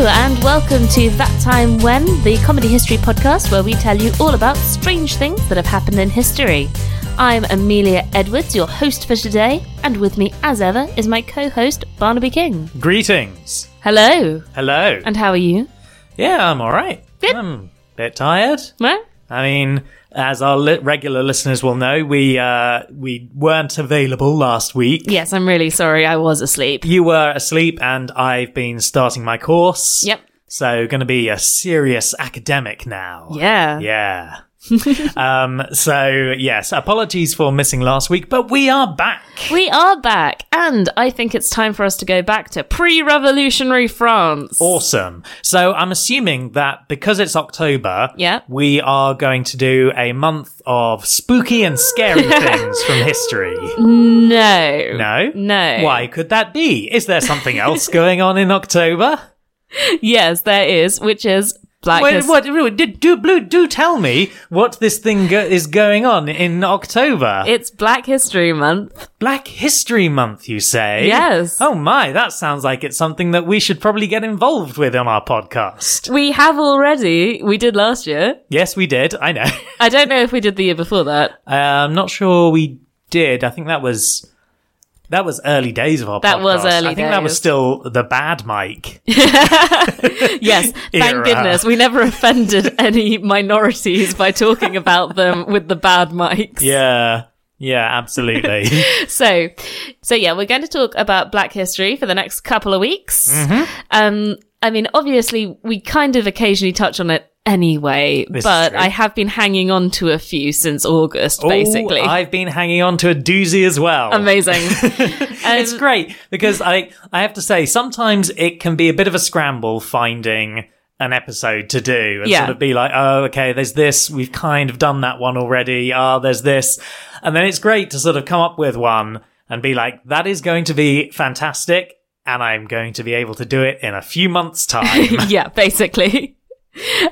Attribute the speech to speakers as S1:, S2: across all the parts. S1: welcome to That Time When, the comedy history podcast where we tell you all about strange things that have happened in history. I'm Amelia Edwards, your host for today, and with me, as ever, is my co host, Barnaby King.
S2: Greetings.
S1: Hello,
S2: Hello.
S1: and how are you?
S2: yeah, I'm all right.
S1: Yep.
S2: I'm a bit tired.
S1: Well,
S2: I mean, as our li- regular listeners will know, we uh, we weren't available last week.
S1: yes, I'm really sorry, I was asleep.
S2: You were asleep, and I've been starting my course.
S1: Yep.
S2: So, going to be a serious academic now.
S1: Yeah.
S2: Yeah. um, so, yes, apologies for missing last week, but we are back.
S1: We are back, and I think it's time for us to go back to pre revolutionary France.
S2: Awesome. So I'm assuming that because it's October,
S1: Yeah.
S2: we are going to do a month of spooky and scary things from history.
S1: No.
S2: No?
S1: No.
S2: Why could that be? Is there something else going on in October?
S1: Yes, there is, which is Black
S2: Wait,
S1: His-
S2: what, do, do, Blue, do tell me what this thing go- is going on in October.
S1: It's Black History Month.
S2: Black History Month, you say?
S1: Yes.
S2: Oh my, that sounds like it's something that we should probably get involved with on our podcast.
S1: We have already, we did last year.
S2: Yes, we did. I know.
S1: I don't know if we did the year before that.
S2: Uh, I'm not sure we did. I think that was that was early days of our
S1: That
S2: podcast.
S1: was early
S2: I think that was
S1: days.
S2: still the bad mic.
S1: Yes, thank
S2: Era.
S1: goodness we never offended any minorities by talking about them with the bad mics.
S2: yeah. Yeah, absolutely.
S1: So, so yeah, we're going to talk about Black history for the next couple of weeks.
S2: Mm-hmm.
S1: Um, I mean, obviously, we kind of occasionally touch on it anyway,
S2: This is
S1: but
S2: true. Oh,
S1: I have been hanging on to a few since August, basically.
S2: Ooh, I've been hanging on to a doozy as well.
S1: Amazing. Um,
S2: it's great because I I have to say sometimes it can be a bit of a scramble finding an episode to do and
S1: Yeah.
S2: sort of be like, oh, okay, there's this. We've kind of done that one already. Ah, there's this, and then it's great to sort of come up with one and be like, that is going to be fantastic, and I'm going to be able to do it in a few months' time.
S1: yeah, basically.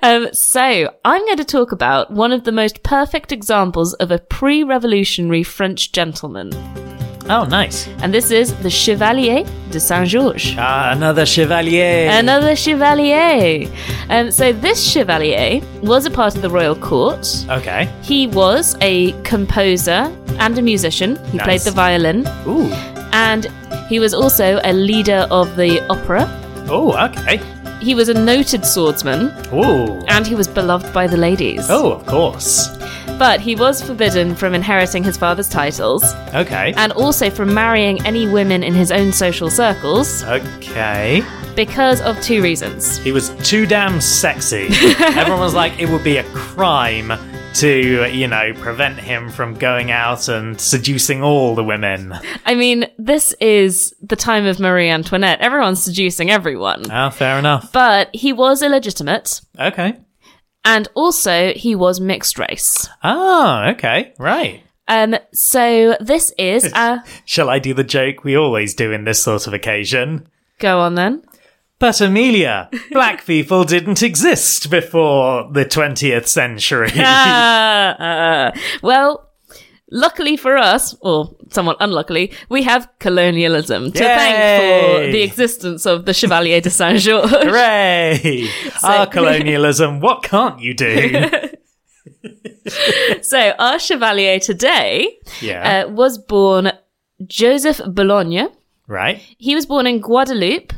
S1: Um, so I'm going to talk about one of the most perfect examples of a pre-revolutionary French gentleman,
S2: oh, nice!
S1: and this is the Chevalier de Saint Georges.
S2: Ah, another chevalier.
S1: Another chevalier. Um, so this chevalier was a part of the royal court.
S2: okay.
S1: He was a composer and a musician. He
S2: Nice.
S1: played the violin,
S2: Ooh.
S1: and he was also a leader of the opera.
S2: Oh, okay.
S1: He was a noted swordsman,
S2: Ooh.
S1: and he was beloved by the ladies.
S2: Oh, of course.
S1: But he was forbidden from inheriting his father's titles
S2: Okay.
S1: and also from marrying any women in his own social circles
S2: Okay.
S1: because of two reasons.
S2: He was too damn sexy. Everyone was like, it would be a crime to, you know, prevent him from going out and seducing all the women.
S1: I mean, this is the time of Marie Antoinette. Everyone's seducing everyone.
S2: Ah, fair enough.
S1: But he was illegitimate
S2: Okay.
S1: and also he was mixed race.
S2: Ah, okay. Right.
S1: Um, so this is. Uh,
S2: Shall I do the joke we always do in this sort of occasion?
S1: go on then.
S2: But Amelia, black people didn't exist before the 20th century.
S1: Ah, uh, well, luckily for us, or somewhat unluckily, we have colonialism to
S2: Yay!
S1: thank for the existence of the Chevalier de Saint Georges.
S2: Hooray! Our colonialism, what can't you do?
S1: so our Chevalier today
S2: Yeah.
S1: uh, was born Joseph Bologna.
S2: right?
S1: He was born in Guadeloupe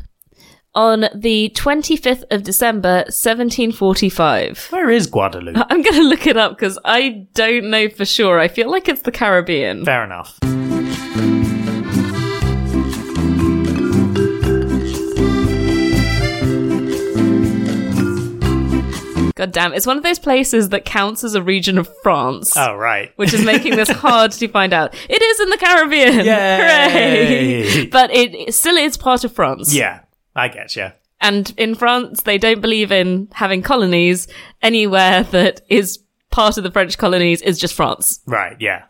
S1: on the 25th of December, 1745.
S2: Where is Guadeloupe?
S1: I'm going to look it up because I don't know for sure. I feel like it's the Caribbean.
S2: Fair enough.
S1: God damn, it's one of those places that counts as a region of France,
S2: Oh, right.
S1: which is making this hard to find out. It is in the Caribbean.
S2: Yay!
S1: Hooray! But it, it still is part of France.
S2: Yeah, I get you.
S1: And in France, they don't believe in having colonies anywhere that is part of the French colonies is just France.
S2: Right, yeah.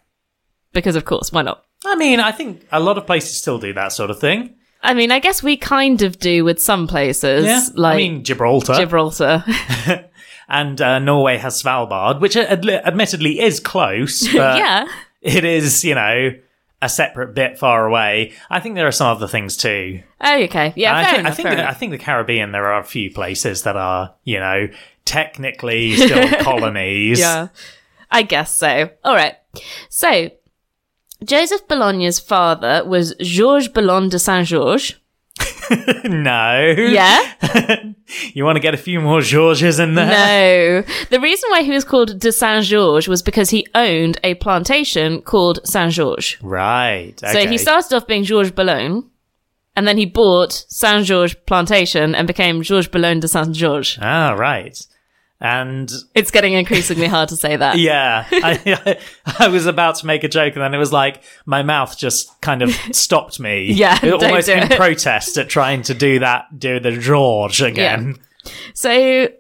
S1: Because of course, why not?
S2: I mean, I think a lot of places still do that sort of thing.
S1: I mean, I guess we kind of do with some places,
S2: Yeah,
S1: like
S2: I mean Gibraltar
S1: Gibraltar.
S2: and uh, Norway has uh, Svalbard, which ad- admittedly is close, but
S1: yeah.
S2: it is you know a separate bit far away. I think there are some other things too.
S1: Oh, okay. Yeah,
S2: And
S1: fair
S2: I, think,
S1: enough.
S2: I think
S1: fair
S2: that- I
S1: enough.
S2: think the Caribbean there are a few places that are you know technically still colonies.
S1: Yeah, I guess so. All right. So, Joseph Bologna's father was Georges Boulogne de Saint Georges.
S2: no.
S1: Yeah?
S2: you want to get a few more Georges in there?
S1: no. The reason why he was called de Saint Georges was because he owned a plantation called Saint Georges.
S2: Right.
S1: So he
S2: okay.
S1: started off being Georges Boulogne, and then he bought Saint Georges Plantation and became Georges Boulogne de Saint Georges.
S2: Ah, right. And
S1: It's getting increasingly hard to say that.
S2: yeah, I, I was about to make a joke, and then it was like my mouth just kind of stopped me.
S1: Yeah,
S2: It-
S1: don't
S2: almost
S1: do
S2: in
S1: it.
S2: protest at trying to do that, do the George again.
S1: So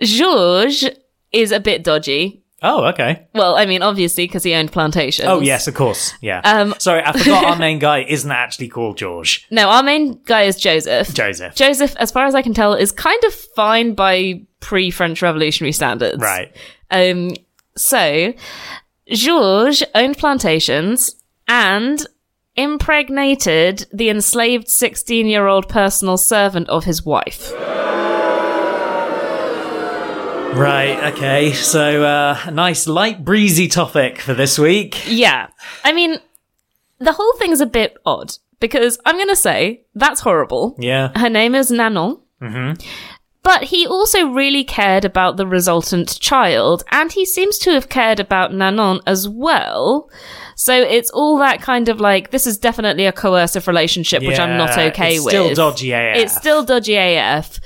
S1: Georges is a bit dodgy.
S2: Oh, okay.
S1: Well, I mean, obviously, because he owned plantations.
S2: Oh, yes, of course. Yeah.
S1: Um,
S2: Sorry, I forgot our main guy isn't actually called George.
S1: No, our main guy is Joseph.
S2: Joseph.
S1: Joseph, as far as I can tell, is kind of fine by pre French Revolutionary standards.
S2: right.
S1: Um, so, Georges owned plantations and impregnated the enslaved 16 year old personal servant of his wife.
S2: Right. Okay. So, uh, a nice light breezy topic for this week.
S1: Yeah. I mean, the whole thing's a bit odd because I'm going to say that's horrible.
S2: Yeah.
S1: Her name is Nanon. Mm-hmm. But he also really cared about the resultant child, and he seems to have cared about Nanon as well. So it's all that kind of like, this is definitely a coercive relationship, which I'm not
S2: Yeah,
S1: okay
S2: it's
S1: with.
S2: Still dodgy AF.
S1: It's still dodgy AF.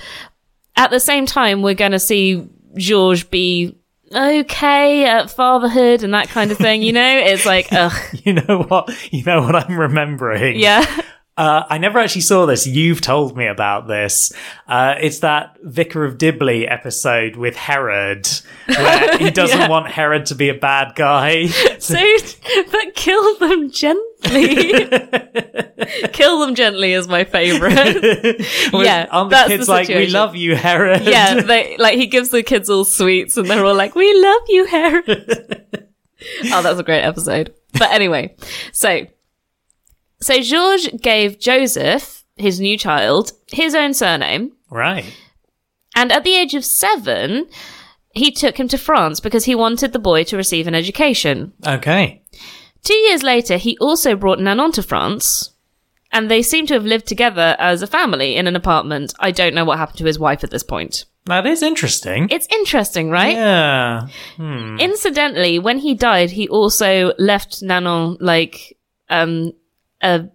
S1: At the same time, we're going to see Georges be okay at fatherhood and that kind of thing, you know? It's like, ugh,
S2: You know what? You know what I'm remembering.
S1: yeah.
S2: Uh, I never actually saw this. You've told me about this. Uh, it's that Vicar of Dibley episode with Herod, where he doesn't
S1: Yeah.
S2: want Herod to be a bad guy.
S1: So, but kill them gently. kill them gently is my favorite. Yeah,
S2: aren't the
S1: that's
S2: kids
S1: the
S2: like, "We
S1: situation.
S2: love you, Herod"?
S1: yeah, they, like he gives the kids all sweets, and they're all like, "We love you, Harry." oh, that's a great episode. But anyway, so so George gave Joseph his new child his own surname,
S2: Right.
S1: and at the age of seven. He took him to France because he wanted the boy to receive an education.
S2: Okay.
S1: Two years later, he also brought Nanon to France, and they seem to have lived together as a family in an apartment. I don't know what happened to his wife at this point.
S2: That is interesting.
S1: It's interesting, right?
S2: yeah.
S1: Incidentally, when he died, he also left Nanon like um a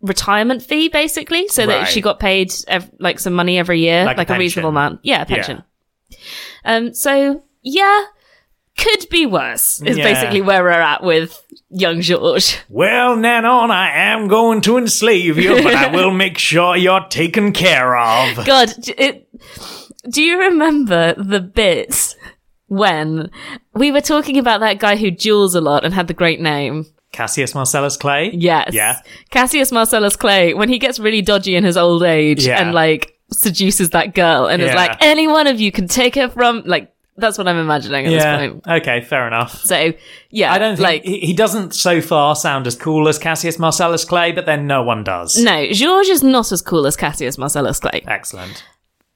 S1: retirement fee basically so that
S2: Right.
S1: she got paid ev- like some money every year
S2: Like
S1: like,
S2: a
S1: a, reasonable
S2: pension.
S1: amount yeah
S2: Yeah.
S1: pension um so yeah could be worse is
S2: Yeah.
S1: basically where we're at with young george
S2: Well, Nanon, I am going to enslave you, but I will make sure you're taken care of.
S1: God, d- it, do you remember the bit when we were talking about that guy who duels a lot and had the great name?
S2: Cassius Marcellus Clay.
S1: Yes.
S2: Yeah.
S1: Cassius Marcellus Clay, when he gets really dodgy in his old age
S2: Yeah.
S1: and like seduces that girl and is
S2: Yeah.
S1: like, any one of you can take her from, like, that's what I'm imagining at this
S2: Yeah.
S1: point.
S2: Okay. Fair enough.
S1: So, yeah.
S2: I don't think
S1: like,
S2: he, he doesn't so far sound as cool as Cassius Marcellus Clay, but then no one does.
S1: no, George is not as cool as Cassius Marcellus Clay,
S2: Excellent.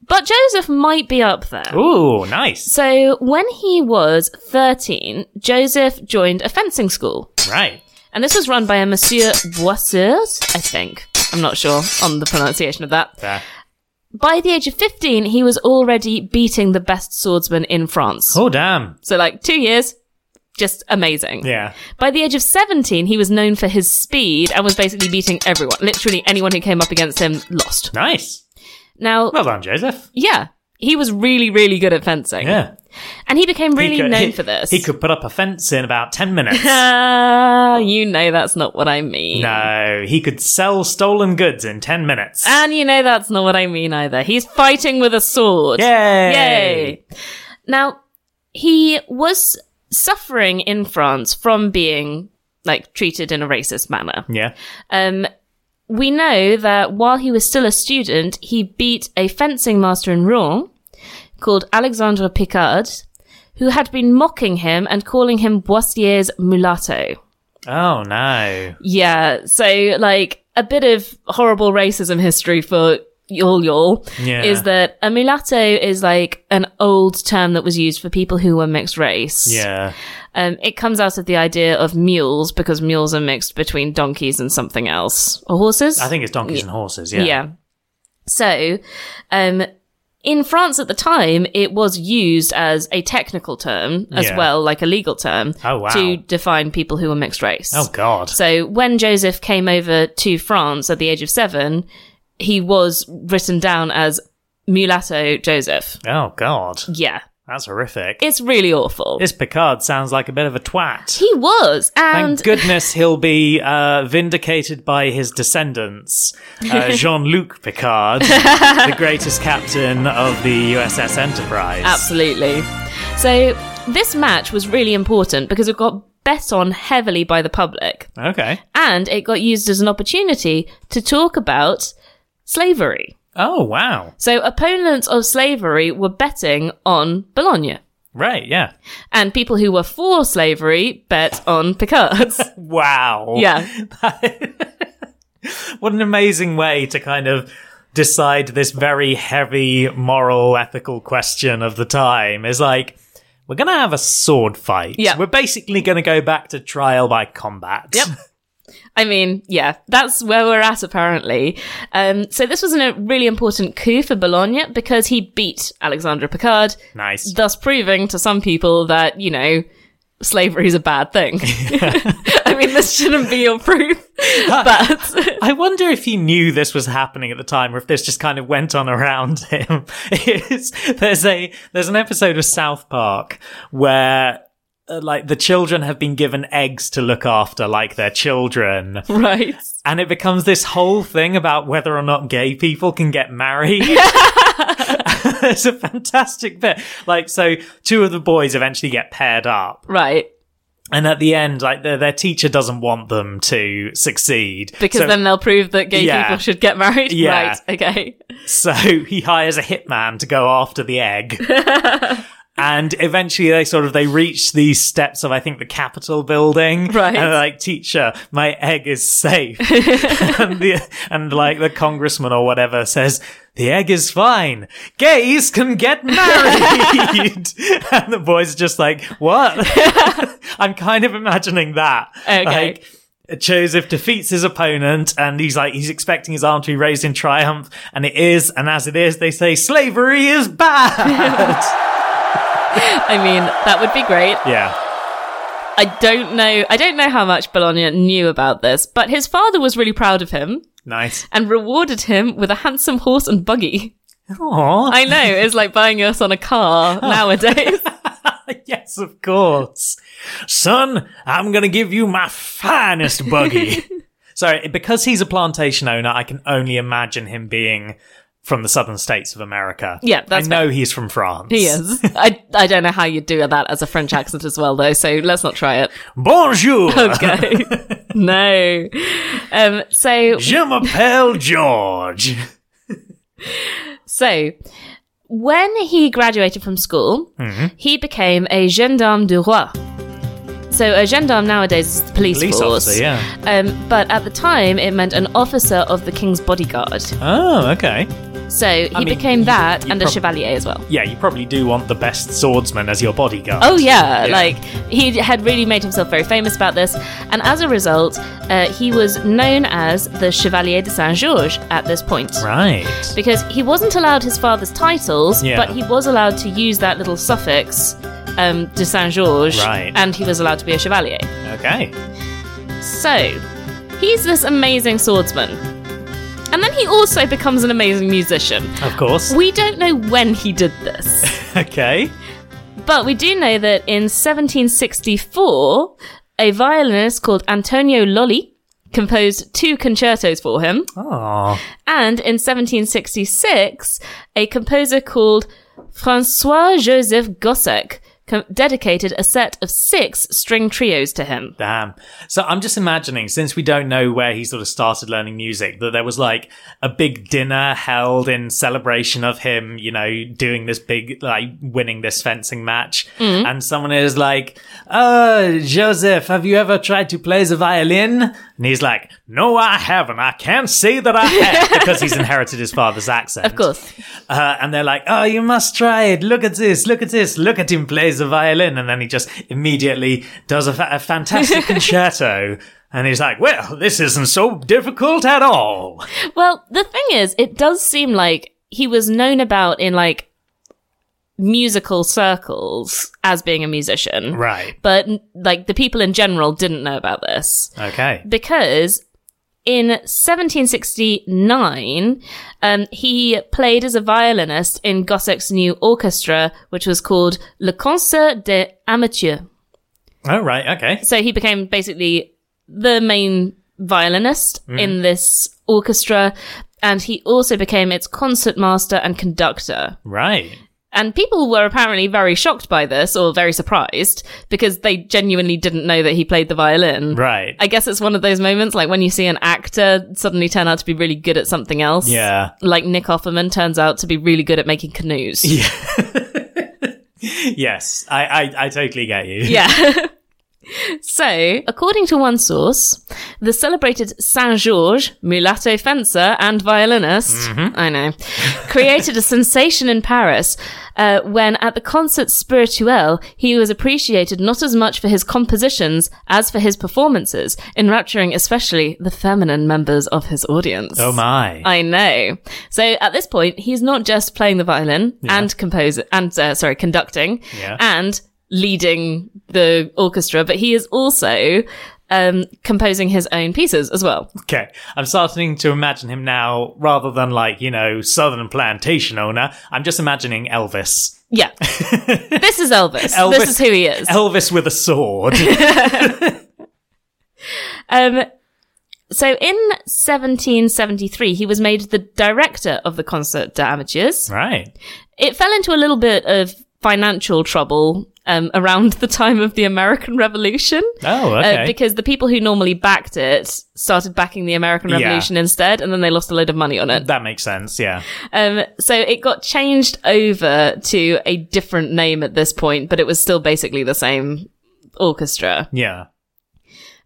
S1: but Joseph might be up there.
S2: Ooh, nice.
S1: So when he was 13, Joseph joined a fencing school.
S2: Right.
S1: And this was run by a Monsieur Boisseuse, I think. I'm not sure on the pronunciation of that.
S2: There.
S1: By the age of 15, he was already beating the best swordsman in France.
S2: Oh, damn.
S1: So like two years, just amazing.
S2: Yeah.
S1: By the age of 17, he was known for his speed and was basically beating everyone. Literally anyone who came up against him lost.
S2: Nice.
S1: Now,
S2: Well done, Joseph.
S1: yeah, he was really, really good at fencing.
S2: Yeah.
S1: And he became really
S2: could-
S1: known for this.
S2: He could put up a fence in about 10 minutes.
S1: Ah, you know that's not what I mean.
S2: no, he could sell stolen goods in 10 minutes.
S1: And you know that's not what I mean either. He's fighting with a sword.
S2: Yay.
S1: Yay. Now, he was suffering in France from being like treated in a racist manner.
S2: Yeah.
S1: Um we know that while he was still a student, he beat a fencing master in Rouen called Alexandre Picard, who had been mocking him and calling him Boissier's mulatto.
S2: Oh no.
S1: Yeah. So like a bit of horrible racism history for y'all y'all
S2: Yeah.
S1: is that a mulatto is like an old term that was used for people who were mixed race.
S2: Yeah.
S1: Um, it comes out of the idea of mules because mules are mixed between donkeys and something else or horses.
S2: I think it's donkeys and horses. Yeah.
S1: So, um, in France at the time, it was used as a technical term as
S2: Yeah.
S1: well, like a legal term,
S2: Oh, wow.
S1: to define people who were mixed race.
S2: Oh god.
S1: So when Joseph came over to France at the age of seven, he was written down as mulatto Joseph.
S2: Oh god.
S1: Yeah,
S2: That's horrific.
S1: it's really awful.
S2: This Picard sounds like a bit of a twat.
S1: he was, and
S2: Thank goodness he'll be uh, vindicated by his descendants, uh, Jean Luc Picard, the greatest captain of the USS Enterprise.
S1: Absolutely. So this match was really important because it got bet on heavily by the public
S2: Okay.
S1: and it got used as an opportunity to talk about slavery.
S2: Oh wow.
S1: So opponents of slavery were betting on Bologna.
S2: Right. Yeah.
S1: And people who were for slavery bet on Picard's.
S2: Wow.
S1: yeah.
S2: What an amazing way to kind of decide this very heavy moral ethical question of the time is like we're going to have a sword fight.
S1: Yeah.
S2: We're basically going to go back to trial by combat.
S1: Yep. I mean, yeah, that's where we're at apparently. Um, so this was a really important coup for Bologna because he beat Alexandra Picard
S2: nice.
S1: thus proving to some people that you know slavery is a bad thing i mean this shouldn't be your proof but
S2: I wonder if he knew this was happening at the time, or if this just kind of went on around him. It's- there's a there's an episode of South Park where uh, like the children have been given eggs to look after, like their children,
S1: right
S2: and it becomes this whole thing about whether or not gay people can get married. it's a fantastic bit. Like, so two of the boys eventually get paired up,
S1: right
S2: and at the end, like their their teacher doesn't want them to succeed
S1: because
S2: So-
S1: then they'll prove that gay
S2: Yeah.
S1: people should get married
S2: Yeah.
S1: right okay
S2: So he hires a hitman to go after the egg. And eventually they sort of they reach these steps of I think the Capitol building.
S1: Right.
S2: And they're like, teacher, my egg is safe. and, the, and like the congressman or whatever says, the egg is fine. Gays can get married. and the boy's just like, what? I'm kind of imagining that.
S1: Okay.
S2: Like, Joseph defeats his opponent and he's like, he's expecting his arm to be raised in triumph. And it is. And as it is, they say, slavery is bad.
S1: i mean that would be great
S2: yeah.
S1: i don't know i don't know how much bologna knew about this but his father was really proud of him
S2: Nice.
S1: and rewarded him with a handsome horse and buggy
S2: Aww.
S1: i know it's like buying us on a
S2: Oh.
S1: car nowadays
S2: yes, of course. Son, I'm going to give you my finest buggy. Sorry, because he's a plantation owner, I can only imagine him being from the southern states of America.
S1: Yeah, that's
S2: I know he's from France.
S1: He is. I, I don't know how you'd do that as a French accent as well, though, so let's not try it.
S2: Bonjour.
S1: Okay. no. Um, so,
S2: Je m'appelle George.
S1: so, when he graduated from school,
S2: Mm-hmm.
S1: he became a gendarme du roi. So, a gendarme nowadays is the police,
S2: Police
S1: force.
S2: officer, yeah.
S1: Um, but at the time, it meant an officer of the king's bodyguard.
S2: Oh, okay.
S1: So, he
S2: mean,
S1: became
S2: you-
S1: that
S2: you
S1: and a
S2: prob-
S1: chevalier as well.
S2: Yeah, you probably do want the best swordsman as your bodyguard.
S1: Oh yeah,
S2: Yeah.
S1: like he had really made himself very famous about this, and as a result, uh, he was known as the Chevalier de Saint Georges at this point.
S2: Right.
S1: Because he wasn't allowed his father's titles,
S2: Yeah.
S1: but he was allowed to use that little suffix, um, de Saint Georges,
S2: Right.
S1: and he was allowed to be a chevalier.
S2: Okay.
S1: So, he's this amazing swordsman. And then he also becomes an amazing musician.
S2: Of course.
S1: We don't know when he did this.
S2: Okay.
S1: But we do know that in 1764, a violinist called Antonio Lolli composed two concertos for him.
S2: Oh.
S1: And in 1766, a composer called Francois Joseph Gossec co- dedicated a set of six string trios to him.
S2: Damn. So I'm just imagining, since we don't know where he sort of started learning music, that there was like a big dinner held in celebration of him, you know, doing this big, like winning this fencing match.
S1: Mm-hmm.
S2: And someone is like, Oh, Joseph, have you ever tried to play the violin? And he's like, No, I haven't. I can't say that I have because he's inherited his father's accent.
S1: Of course.
S2: Uh, and they're like, oh, you must try it. Look at this. Look at this. Look at him plays the violin. And then he just immediately does a, fa- a fantastic concerto. And he's like, well, this isn't so difficult at all.
S1: Well, the thing is, it does seem like he was known about in like musical circles as being a musician.
S2: Right.
S1: But like the people in general didn't know about this
S2: Okay.
S1: because in 1769, um, he played as a violinist in Gossec's new orchestra, which was called Le Concert des Amateurs.
S2: Oh, right. Okay.
S1: So he became basically the main violinist in this orchestra, and he also became its concertmaster and conductor.
S2: Right.
S1: And people were apparently very shocked by this or very surprised because they genuinely didn't know that he played the violin.
S2: Right.
S1: I guess it's one of those moments like when you see an actor suddenly turn out to be really good at something else.
S2: Yeah.
S1: Like Nick Offerman turns out to be really good at making canoes.
S2: Yes. I, I, I totally get you.
S1: Yeah. so, according to one source, the celebrated Saint Georges, mulatto fencer and violinist,
S2: Mm-hmm.
S1: I know, created a sensation in Paris uh, when at the concert Spirituel, he was appreciated not as much for his compositions as for his performances, enrapturing especially the feminine members of his audience.
S2: Oh, my.
S1: I know. So at this point, he's not just playing the violin and compose and uh, sorry, conducting
S2: Yeah.
S1: and leading the orchestra, but he is also um, composing his own pieces as well.
S2: Okay. I'm starting to imagine him now rather than like, you know, Southern plantation owner. I'm just imagining Elvis.
S1: Yeah, this is Elvis.
S2: Elvis-
S1: This is who he is.
S2: Elvis with a sword.
S1: Um, so in 1773, he was made the director of the Concert des Amateurs.
S2: right.
S1: it fell into a little bit of financial trouble um, around the time of the American Revolution.
S2: Oh, okay.
S1: Uh, because the people who normally backed it started backing the American
S2: Yeah.
S1: Revolution instead, and then they lost a load of money on it.
S2: That makes sense. Yeah.
S1: Um, so it got changed over to a different name at this point, but it was still basically the same orchestra.
S2: Yeah.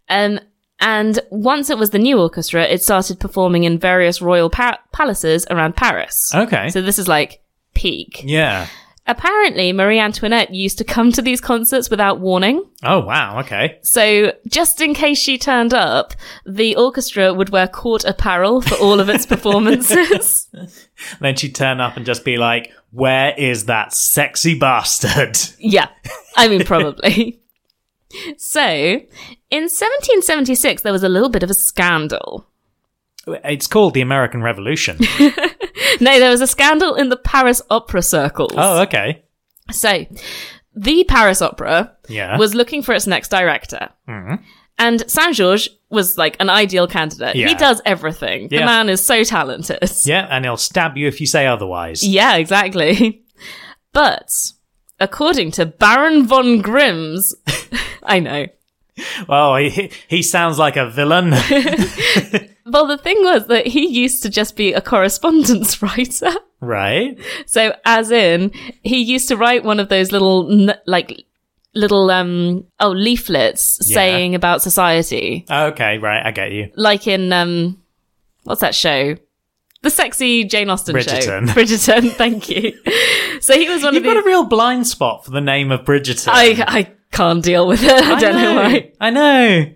S1: Um, and once it was the new orchestra, it started performing in various royal pa- palaces around Paris.
S2: Okay.
S1: So this is like peak.
S2: yeah.
S1: Apparently, Marie Antoinette used to come to these concerts without warning.
S2: Oh wow. Okay.
S1: So, just in case she turned up, the orchestra would wear court apparel for all of its performances.
S2: Then she'd turn up and just be like, "Where is that sexy bastard?"
S1: yeah, I mean, probably. So, in 1776, there was a little bit of a scandal.
S2: It's called the American Revolution.
S1: No, there was a scandal in the Paris opera circles.
S2: oh, okay.
S1: So, the Paris Opera
S2: Yeah. Mm-hmm.
S1: was looking for its next director. And Saint Georges was like an ideal candidate.
S2: Yeah.
S1: He does everything. The
S2: Yeah.
S1: man is so talented.
S2: yeah, and he'll stab you if you say otherwise.
S1: Yeah, exactly. But according to Baron von Grimm's, I know.
S2: Oh, he, he sounds like a villain.
S1: Well, the thing was that he used to just be a correspondence writer.
S2: right?
S1: So, as in, he used to write one of those little, n- like, little, um, oh, leaflets
S2: Yeah.
S1: saying about society.
S2: Okay, right. I get you.
S1: like in um what's that show? The sexy Jane Austen
S2: Bridgerton.
S1: show. Bridgerton, thank you. So he was one
S2: You've
S1: of
S2: got a
S1: the
S2: real blind spot for the name of Bridgerton.
S1: I I can't deal with it. I, don't know. why.
S2: I know.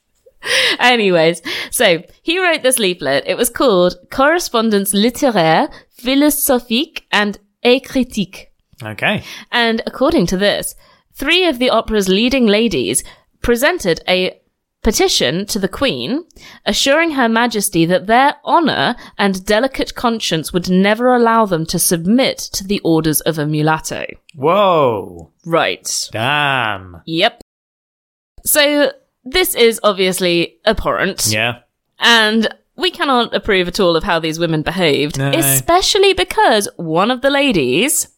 S1: Anyways, so he wrote this leaflet. It was called Correspondence littéraire, philosophique and et critique.
S2: Okay.
S1: And according to this, three of the opera's leading ladies presented a petition to the Queen, assuring Her Majesty that their honour and delicate conscience would never allow them to submit to the orders of a mulatto.
S2: Whoa.
S1: Right.
S2: Damn.
S1: Yep. So this is obviously abhorrent.
S2: Yeah.
S1: And we cannot approve at all of how these women behaved,
S2: No.
S1: especially because one of the ladies,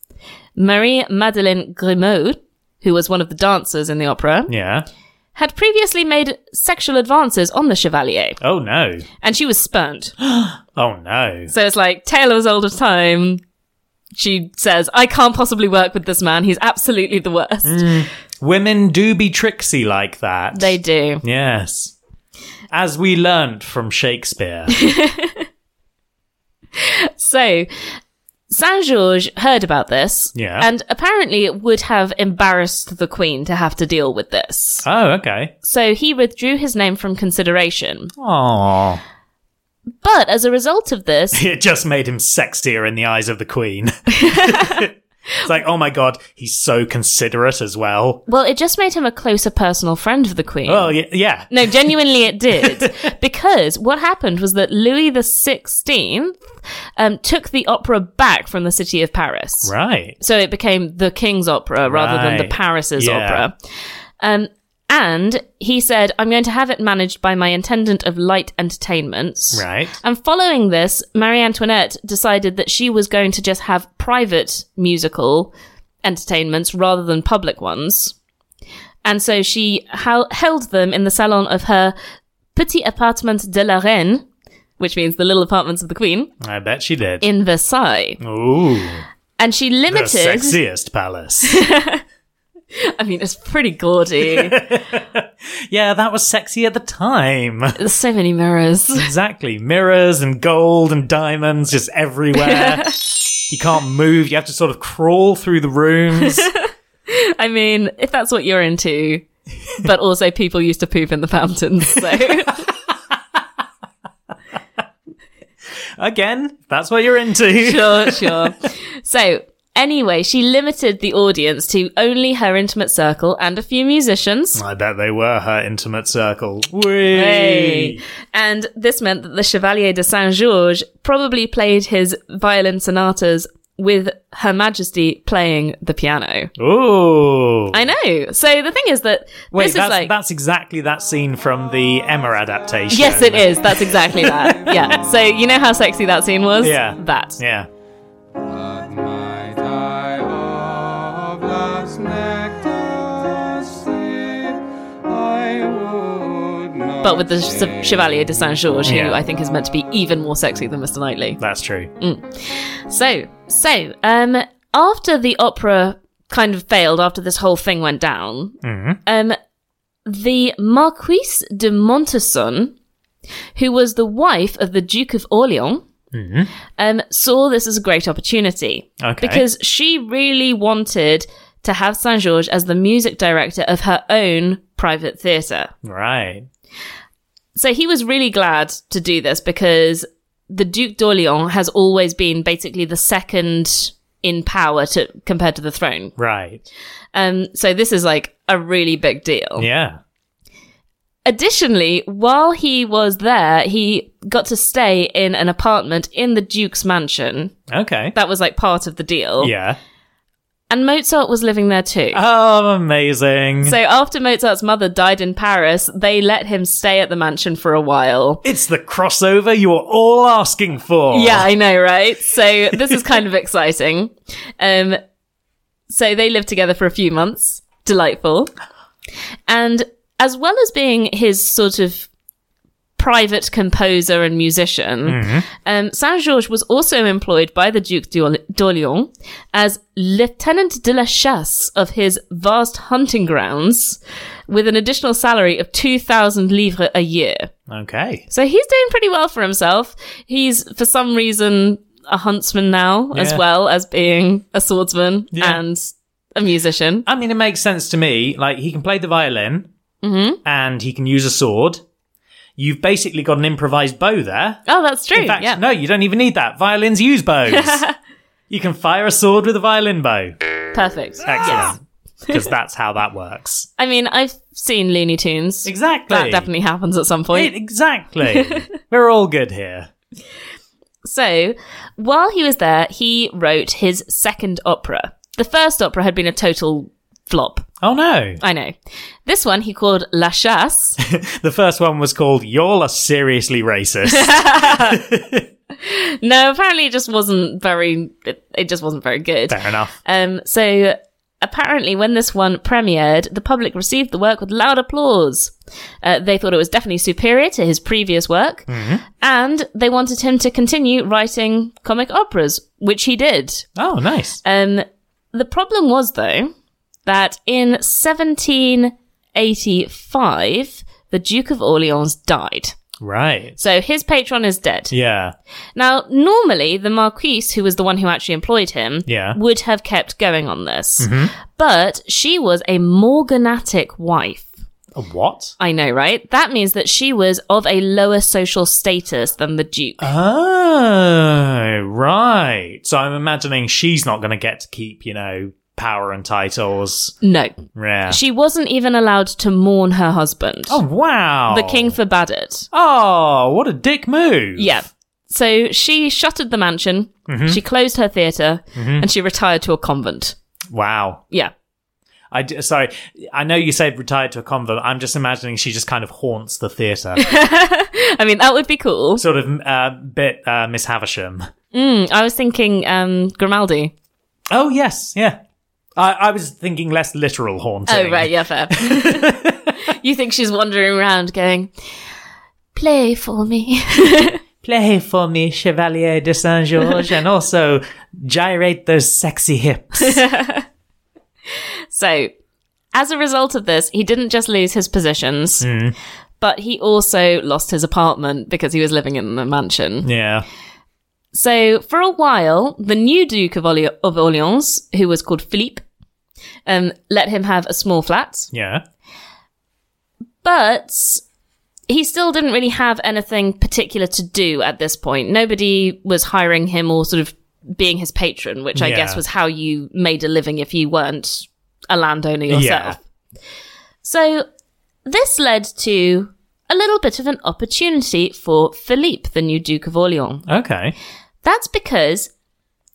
S1: Marie Madeleine Grimaud, who was one of the dancers in the opera,
S2: Yeah.
S1: had previously made sexual advances on the Chevalier,
S2: Oh no.
S1: and she was spurned.
S2: Oh no.
S1: So it's like Taylor's old of time. She says, I can't possibly work with this man. He's absolutely the worst.
S2: Mm. Women do be tricksy like that.
S1: They do.
S2: Yes. As we learnt from Shakespeare.
S1: So Saint George heard about this.
S2: Yeah.
S1: And apparently it would have embarrassed the Queen to have to deal with this.
S2: oh, okay.
S1: So he withdrew his name from consideration.
S2: Aww.
S1: But as a result of this,
S2: It just made him sexier in the eyes of the Queen. it's like, oh my god, he's so considerate as well.
S1: well, it just made him a closer personal friend of the Queen.
S2: Oh, y- yeah.
S1: No, genuinely it did. because what happened was that Louis the 16th um, took the opera back from the city of Paris.
S2: Right.
S1: So it became the King's Opera rather than the
S2: Right.
S1: Paris's
S2: Yeah.
S1: opera. Um, and he said, I'm going to have it managed by my intendant of light entertainments.
S2: Right.
S1: And following this, Marie Antoinette decided that she was going to just have private musical entertainments rather than public ones. And so she hel- held them in the salon of her petit appartement de la reine, which means the little apartments of the queen,
S2: I bet she did.
S1: in Versailles.
S2: Ooh.
S1: And she
S2: The
S1: limited.
S2: sexiest palace.
S1: I mean, it's pretty gaudy.
S2: yeah, that was sexy at the time.
S1: There's so many mirrors.
S2: Exactly. Mirrors and gold and diamonds just everywhere. you can't move. You have to sort of crawl through the rooms.
S1: I mean, if that's what you're into, but also people used to poop in the fountains, so
S2: Again, if that's what you're into.
S1: sure, sure. So, anyway, she limited the audience to only her intimate circle and a few musicians.
S2: I bet they were her intimate circle. Whee!
S1: Hey. And this meant that the Chevalier de Saint Georges probably played his violin sonatas with Her Majesty playing the piano.
S2: Ooh.
S1: I know. So the thing is that
S2: Wait,
S1: this is
S2: that's,
S1: like
S2: that's exactly that scene from the Emma adaptation.
S1: Yes, it is. That's exactly that. Yeah. So you know how sexy that scene was?
S2: Yeah.
S1: That.
S2: Yeah.
S3: But might I of love's nectar sip, I would not
S1: But with the Ch- Chevalier de Saint Georges, who
S2: Yeah.
S1: I think is meant to be even more sexy than Mr. Knightley.
S2: That's true.
S1: Mm. So, so, um, after the opera kind of failed, after this whole thing went down, um, the Marquise de Montesson, who was the wife of the Duke of Orleans, um, saw this as a great opportunity.
S2: Okay.
S1: Because she really wanted to have Saint Georges as the music director of her own private theatre.
S2: Right.
S1: So he was really glad to do this because the Duke d'Orléans has always been basically the second in power to compared to the throne.
S2: Right.
S1: Um, so this is like a really big deal.
S2: Yeah.
S1: Additionally, while he was there, he got to stay in an apartment in the Duke's mansion.
S2: Okay.
S1: That was like part of the deal.
S2: Yeah.
S1: And Mozart was living there too.
S2: Oh, amazing.
S1: so after Mozart's mother died in Paris, they let him stay at the mansion for a while.
S2: it's the crossover you were all asking for.
S1: Yeah, I know, right? So this is kind of exciting. Um, so they lived together for a few months. Delightful. And as well as being his sort of private composer and musician, um, Saint Georges was also employed by the Duke d'Orl- d'Orléans as lieutenant de la chasse of his vast hunting grounds with an additional salary of 2,000 livres a year.
S2: Okay.
S1: So he's doing pretty well for himself. He's for some reason a huntsman now, as
S2: Yeah.
S1: well as being a swordsman
S2: Yeah.
S1: and a musician.
S2: I mean, it makes sense to me. Like, he can play the violin
S1: Mm-hmm.
S2: and he can use a sword. You've basically got an improvised bow there.
S1: Oh, that's true.
S2: In fact,
S1: yeah.
S2: no, you don't even need that. Violins use bows. you can fire a sword with a violin bow.
S1: Perfect.
S2: Excellent. Because that's how that works.
S1: I mean, I've seen Looney Tunes.
S2: Exactly.
S1: That definitely happens at some point.
S2: It- exactly. We're all good here.
S1: So, while he was there, he wrote his second opera. The first opera had been a total flop.
S2: Oh no.
S1: I know. This one he called La Chasse.
S2: The first one was called Y'all Are Seriously Racist.
S1: no, apparently it just wasn't very, it, it just wasn't very good.
S2: Fair enough.
S1: Um, so Apparently, when this one premiered, the public received the work with loud applause. Uh, they thought it was definitely superior to his previous work, and they wanted him to continue writing comic operas, which he did.
S2: Oh, nice.
S1: Um, the problem was, though, that in 1785, the Duke of Orleans died.
S2: Right.
S1: So his patron is dead.
S2: Yeah.
S1: Now, normally, the Marquise, who was the one who actually employed him,
S2: Yeah. Mm-hmm.
S1: would have kept going on this. But she was a morganatic wife.
S2: A what?
S1: I know, right? That means that she was of a lower social status than the Duke.
S2: Uh. Oh, right. So I'm imagining she's not going to get to keep, you know, power and titles.
S1: no.
S2: Yeah.
S1: She wasn't even allowed to mourn her husband.
S2: oh, wow.
S1: The king forbade it.
S2: Oh, what a dick move.
S1: Yeah. So she shuttered the mansion,
S2: Mm-hmm.
S1: she closed her theatre, and she retired to a convent.
S2: Wow.
S1: Yeah.
S2: I d- sorry. I know you said retired to a convent. I'm just imagining she just kind of haunts the theatre.
S1: I mean, that would be cool.
S2: sort of uh, bit uh, Miss Havisham.
S1: Mm, I was thinking um, Grimaldi.
S2: Oh, yes. Yeah. I, I was thinking less literal haunting.
S1: Oh, right, yeah, fair. you think she's wandering around going, play for me.
S2: Play for me, Chevalier de Saint Georges, and also gyrate those sexy hips.
S1: so, as a result of this, he didn't just lose his positions, but he also lost his apartment because he was living in the mansion.
S2: yeah.
S1: So, for a while, the new Duke of, Orle- of Orleans, who was called Philippe, um, let him have a small flat,
S2: Yeah.
S1: but he still didn't really have anything particular to do at this point. Nobody was hiring him or sort of being his patron, which I
S2: Yeah.
S1: guess was how you made a living if you weren't a landowner yourself.
S2: Yeah.
S1: So this led to a little bit of an opportunity for Philippe, the new Duke of Orleans.
S2: Okay.
S1: That's because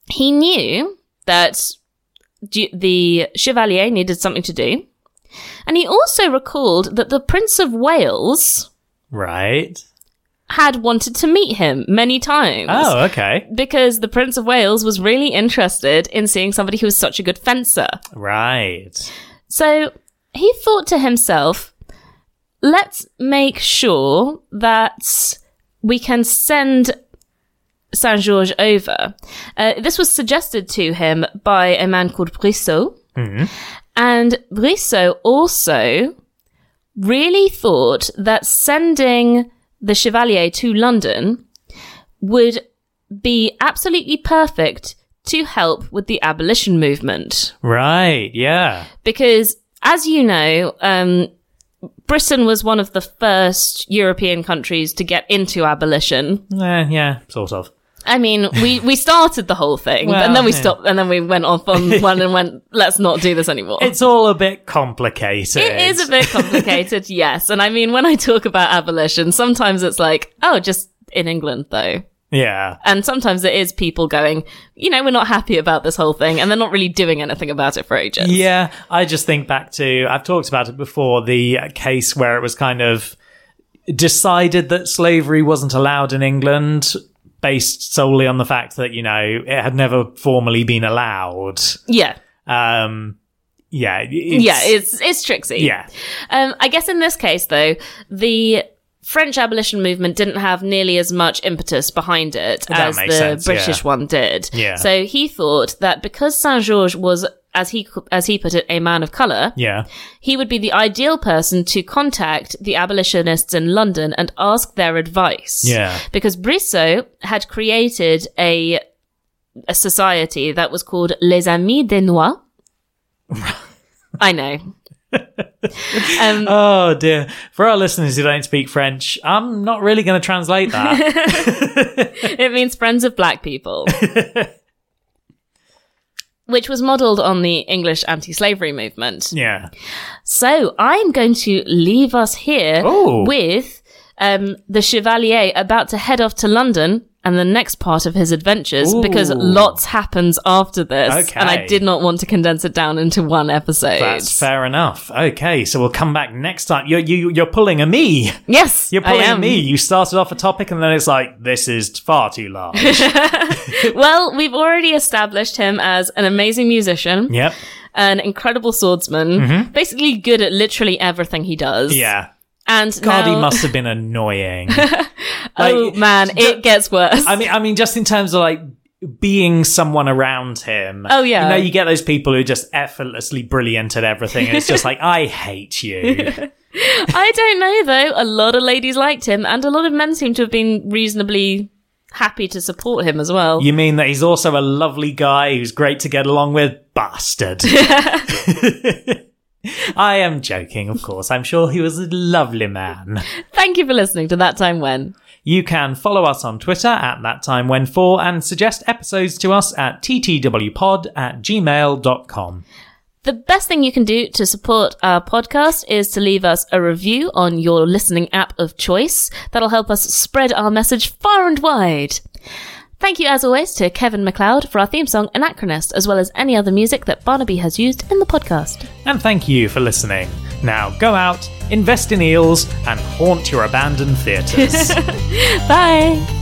S1: he knew that du- the Chevalier needed something to do. And he also recalled that the Prince of Wales
S2: Right.
S1: had wanted to meet him many times.
S2: Oh, okay.
S1: Because the Prince of Wales was really interested in seeing somebody who was such a good fencer.
S2: Right.
S1: So he thought to himself, let's make sure that we can send Saint Georges over. Uh, this was suggested to him by a man called Brissot. And Brissot also really thought that sending the Chevalier to London would be absolutely perfect to help with the abolition movement
S2: Right. Yeah.
S1: because as you know, um, Britain was one of the first European countries to get into abolition.
S2: Eh, yeah. Sort of.
S1: I mean, we, we started the whole thing, and then we
S2: Well, yeah.
S1: stopped, and then we went off on one and went, let's not do this anymore.
S2: It's all a bit complicated.
S1: it is a bit complicated, yes. And I mean, when I talk about abolition, sometimes it's like, oh, just in England, though.
S2: Yeah.
S1: And sometimes it is people going, you know, we're not happy about this whole thing, and they're not really doing anything about it for ages.
S2: Yeah, I just think back to I've talked about it before the uh, case where it was kind of decided that slavery wasn't allowed in England based solely on the fact that you know it had never formally been allowed.
S1: Yeah.
S2: Um, yeah, it's,
S1: Yeah, it's, it's tricksy.
S2: yeah,
S1: Um, I guess in this case, though, the French abolition movement didn't have nearly as much impetus behind it
S2: That
S1: as the
S2: makes sense,
S1: British
S2: yeah.
S1: one did.
S2: Yeah.
S1: So he thought that because Saint Georges was, as he as he put it, a man of color,
S2: yeah.
S1: he would be the ideal person to contact the abolitionists in London and ask their advice.
S2: Yeah.
S1: Because Brissot had created a a society that was called Les Amis des Noirs. I know. Um,
S2: Oh dear, for our listeners who don't speak French, I'm not really going to translate that.
S1: it means friends of black people. Which was modelled on the English anti slavery movement.
S2: yeah,
S1: So I'm going to leave us here
S2: Oh.
S1: with um, the Chevalier about to head off to London and the next part of his adventures
S2: Ooh.
S1: because lots happens after this.
S2: Okay.
S1: And I did not want to condense it down into one episode.
S2: that's fair enough. Okay, so we'll come back next time. You're you, you're pulling a me.
S1: Yes.
S2: You're
S1: I
S2: pulling
S1: am.
S2: me. You started off a topic and then it's like, this is far too large.
S1: Well, we've already established him as an amazing musician.
S2: yep.
S1: an incredible swordsman, basically good at literally everything he does.
S2: Mm-hmm. Yeah.
S1: And
S2: God, he
S1: now-
S2: must have been annoying.
S1: Oh
S2: like,
S1: man, it gets worse.
S2: I mean, I mean, just in terms of like being someone around him.
S1: Oh, yeah.
S2: You know, you get those people who are just effortlessly brilliant at everything, and it's just like, I hate you.
S1: I don't know though. A lot of ladies liked him, and a lot of men seem to have been reasonably happy to support him as well.
S2: You mean that he's also a lovely guy who's great to get along with? Bastard. I am joking, of course. I'm sure he was a lovely man.
S1: Thank you for listening to that time when.
S2: You can follow us on Twitter at that time when four and suggest episodes to us at ttwpod at gmail.com.
S1: The best thing you can do to support our podcast is to leave us a review on your listening app of choice. That'll help us spread our message far and wide. Thank you, as always, to Kevin McLeod for our theme song Anachronist, as well as any other music that Barnaby has used in the podcast.
S2: And thank you for listening. Now go out, invest in eels, and haunt your abandoned theatres.
S1: Bye!